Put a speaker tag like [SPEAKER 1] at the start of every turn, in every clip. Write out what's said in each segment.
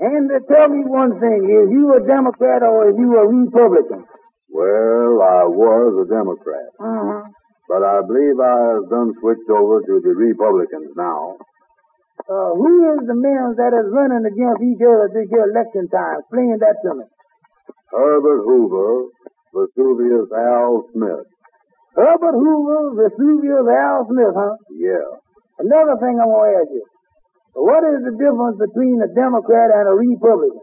[SPEAKER 1] And they tell me one thing, is you a Democrat or is you a Republican?
[SPEAKER 2] Well, I was a Democrat,
[SPEAKER 1] Uh-huh.
[SPEAKER 2] but I believe I have done switched over to the Republicans now.
[SPEAKER 1] Uh, who is the man that is running against each other this year election time? Explain that to me.
[SPEAKER 2] Herbert Hoover, Vesuvius Al Smith.
[SPEAKER 1] Herbert Hoover, Vesuvius, Al Smith, huh?
[SPEAKER 2] Yeah.
[SPEAKER 1] Another thing I want to ask you. What is the difference between a Democrat and a Republican?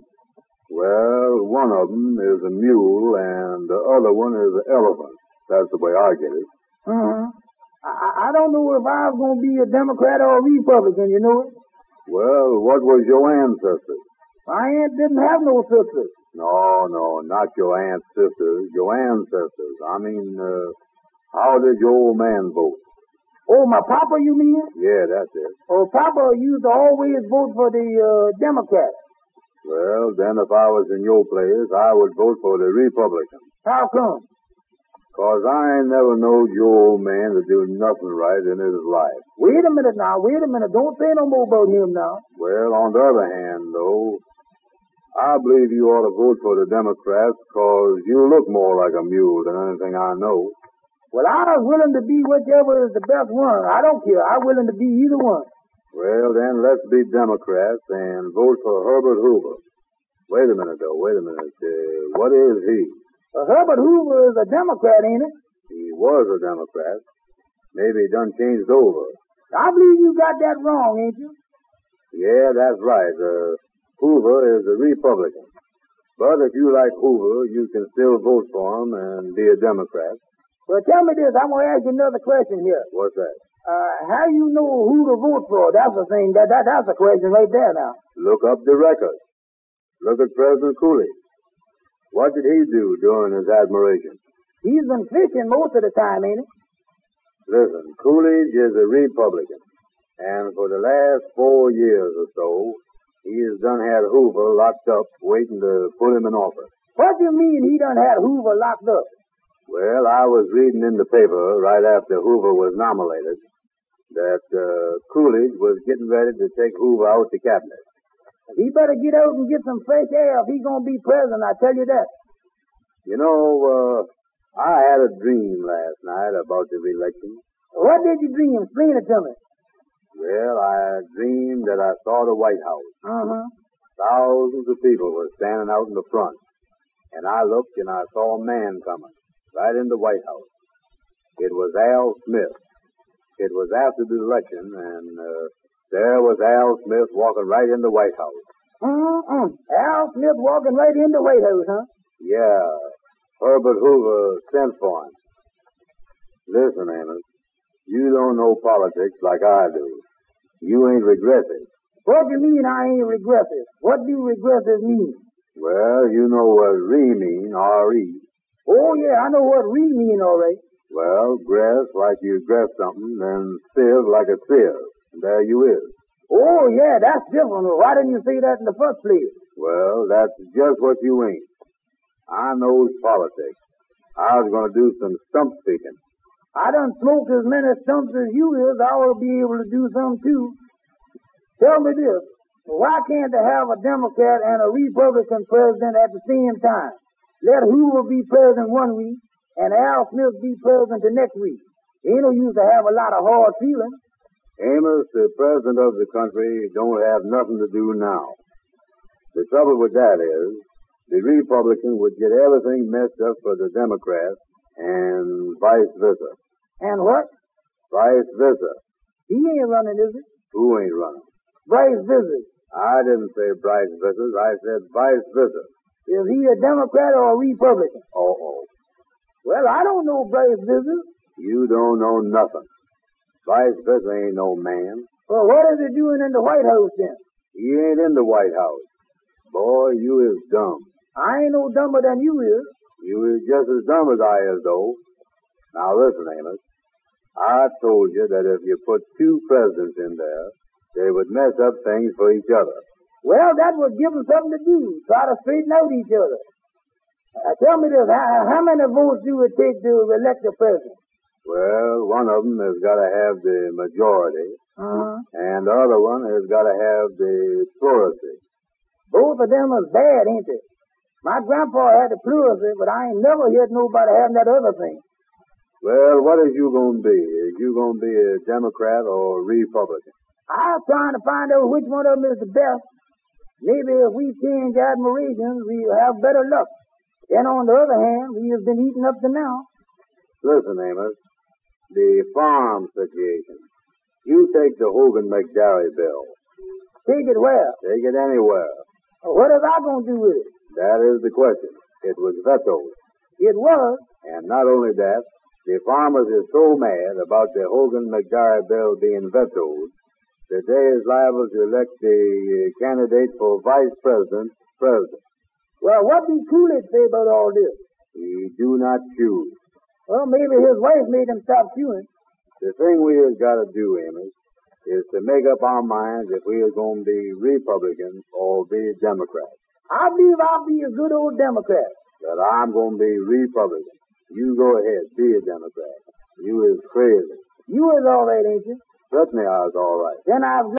[SPEAKER 2] Well, one of them is a mule and the other one is an elephant. That's the way I get it.
[SPEAKER 1] Uh-huh. I, I- I don't know if I was going to be a Democrat or a Republican, you know it?
[SPEAKER 2] Well, what was your ancestors?
[SPEAKER 1] My aunt didn't have no sisters.
[SPEAKER 2] No, no, not your aunt, sisters, your ancestors. I mean, uh, how did your old man vote?
[SPEAKER 1] Oh, my papa, you mean?
[SPEAKER 2] Yeah, that's it.
[SPEAKER 1] Oh, papa used to always vote for the uh, Democrats.
[SPEAKER 2] Well, then if I was in your place, I would vote for the Republican.
[SPEAKER 1] How come?
[SPEAKER 2] Cause I ain't never knowed your old man to do nothing right in his life.
[SPEAKER 1] Wait a minute now, wait a minute. Don't say no more about him now.
[SPEAKER 2] Well, on the other hand, though, I believe you ought to vote for the Democrats cause you look more like a mule than anything I know.
[SPEAKER 1] Well, I was willing to be whichever is the best one. I don't care. I'm willing to be either one.
[SPEAKER 2] Well, then let's be Democrats and vote for Herbert Hoover. Wait a minute, though. Wait a minute. Uh, what is he?
[SPEAKER 1] Uh, Herbert Hoover is a Democrat, ain't he?
[SPEAKER 2] He was a Democrat. Maybe he done changed over.
[SPEAKER 1] I believe you got that wrong, ain't you?
[SPEAKER 2] Yeah, that's right. Uh, Hoover is a Republican. But if you like Hoover, you can still vote for him and be a Democrat.
[SPEAKER 1] Well, tell me this. I'm going to ask you another question here.
[SPEAKER 2] What's that?
[SPEAKER 1] Uh, how you know who to vote for? That's the thing. That, that That's the question right there now.
[SPEAKER 2] Look up the record. Look at President Cooley. What did he do during his admiration?
[SPEAKER 1] He's been fishing most of the time, ain't he?
[SPEAKER 2] Listen, Coolidge is a Republican. And for the last four years or so, he has done had Hoover locked up waiting to put him in office.
[SPEAKER 1] What do you mean he done had Hoover locked up?
[SPEAKER 2] Well, I was reading in the paper right after Hoover was nominated that uh, Coolidge was getting ready to take Hoover out the cabinet.
[SPEAKER 1] He better get out and get some fresh air if he's going to be president, I tell you that.
[SPEAKER 2] You know, uh, I had a dream last night about the election.
[SPEAKER 1] What did you dream? Explain it to me.
[SPEAKER 2] Well, I dreamed that I saw the White House.
[SPEAKER 1] Uh-huh.
[SPEAKER 2] Thousands of people were standing out in the front. And I looked and I saw a man coming right in the White House. It was Al Smith. It was after the election and uh, there was Al Smith walking right in the White House.
[SPEAKER 1] Uh-uh. Al Smith walking right in the White House, huh?
[SPEAKER 2] Yeah, Herbert Hoover sent for him. Listen, Amos, you don't know politics like I do. You ain't regressive.
[SPEAKER 1] What do you mean I ain't regressive? What do regressive mean?
[SPEAKER 2] Well, you know what re mean, E. R-E.
[SPEAKER 1] Oh, yeah, I know what we mean all right.
[SPEAKER 2] Well, grass like you grass something, and sieve like a sieve. And there you is.
[SPEAKER 1] Oh, yeah, that's different. Why didn't you say that in the first place?
[SPEAKER 2] Well, that's just what you ain't. I knows politics. I was gonna do some stump speaking.
[SPEAKER 1] I done smoked as many stumps as you is. I will be able to do some too. Tell me this. Why can't they have a Democrat and a Republican president at the same time? Let Hoover be president one week and Al Smith be president the next week. Ain't no use to have a lot of hard feelings.
[SPEAKER 2] Amos, the president of the country, don't have nothing to do now. The trouble with that is, the Republican would get everything messed up for the Democrat, and vice versa.
[SPEAKER 1] And what?
[SPEAKER 2] Vice versa.
[SPEAKER 1] He ain't running, is it?
[SPEAKER 2] Who ain't running?
[SPEAKER 1] Bryce Visit.
[SPEAKER 2] I didn't say vice versa. I said vice versa.
[SPEAKER 1] Is he a Democrat or a Republican?
[SPEAKER 2] Oh,
[SPEAKER 1] Well, I don't know Bryce Visit.
[SPEAKER 2] you don't know nothing. Vice versa ain't no man.
[SPEAKER 1] Well, what is he doing in the White House then?
[SPEAKER 2] He ain't in the White House. Boy, you is dumb.
[SPEAKER 1] I ain't no dumber than you is.
[SPEAKER 2] You is just as dumb as I is, though. Now listen, Amos. I told you that if you put two presidents in there, they would mess up things for each other.
[SPEAKER 1] Well, that would give him something to do. Try to straighten out each other. Uh, tell me this, how, how many votes do it take to elect a president?
[SPEAKER 2] Well, one of them has got to have the majority,
[SPEAKER 1] Uh-huh.
[SPEAKER 2] and the other one has got to have the plurality.
[SPEAKER 1] Both for them is bad, ain't it? My grandpa had the pleurisy, but I ain't never heard nobody having that other thing.
[SPEAKER 2] Well, what is you going to be? Is you going to be a Democrat or a Republican?
[SPEAKER 1] I was trying to find out which one of them is the best. Maybe if we change admirations, we'll have better luck. Then on the other hand, we have been eaten up to now.
[SPEAKER 2] Listen, Amos, the farm situation. You take the Hogan McDowell bill.
[SPEAKER 1] Take it well.
[SPEAKER 2] Take it anywhere.
[SPEAKER 1] What is I going to do with it?
[SPEAKER 2] That is the question. It was vetoed.
[SPEAKER 1] It was.
[SPEAKER 2] And not only that, the farmers are so mad about the Hogan McDowell bill being vetoed that they is liable to elect the uh, candidate for vice president president.
[SPEAKER 1] Well, what did Coolidge say about all this?
[SPEAKER 2] He do not choose.
[SPEAKER 1] Well, maybe his wife made him stop chewing.
[SPEAKER 2] The thing we has got to do, Amos, is to make up our minds if we are going to be Republicans or be Democrats.
[SPEAKER 1] I believe I'll be a good old Democrat.
[SPEAKER 2] But I'm going to be Republican. You go ahead, be a Democrat. You is crazy.
[SPEAKER 1] You is all right, ain't you?
[SPEAKER 2] Certainly I was all right.
[SPEAKER 1] Then I've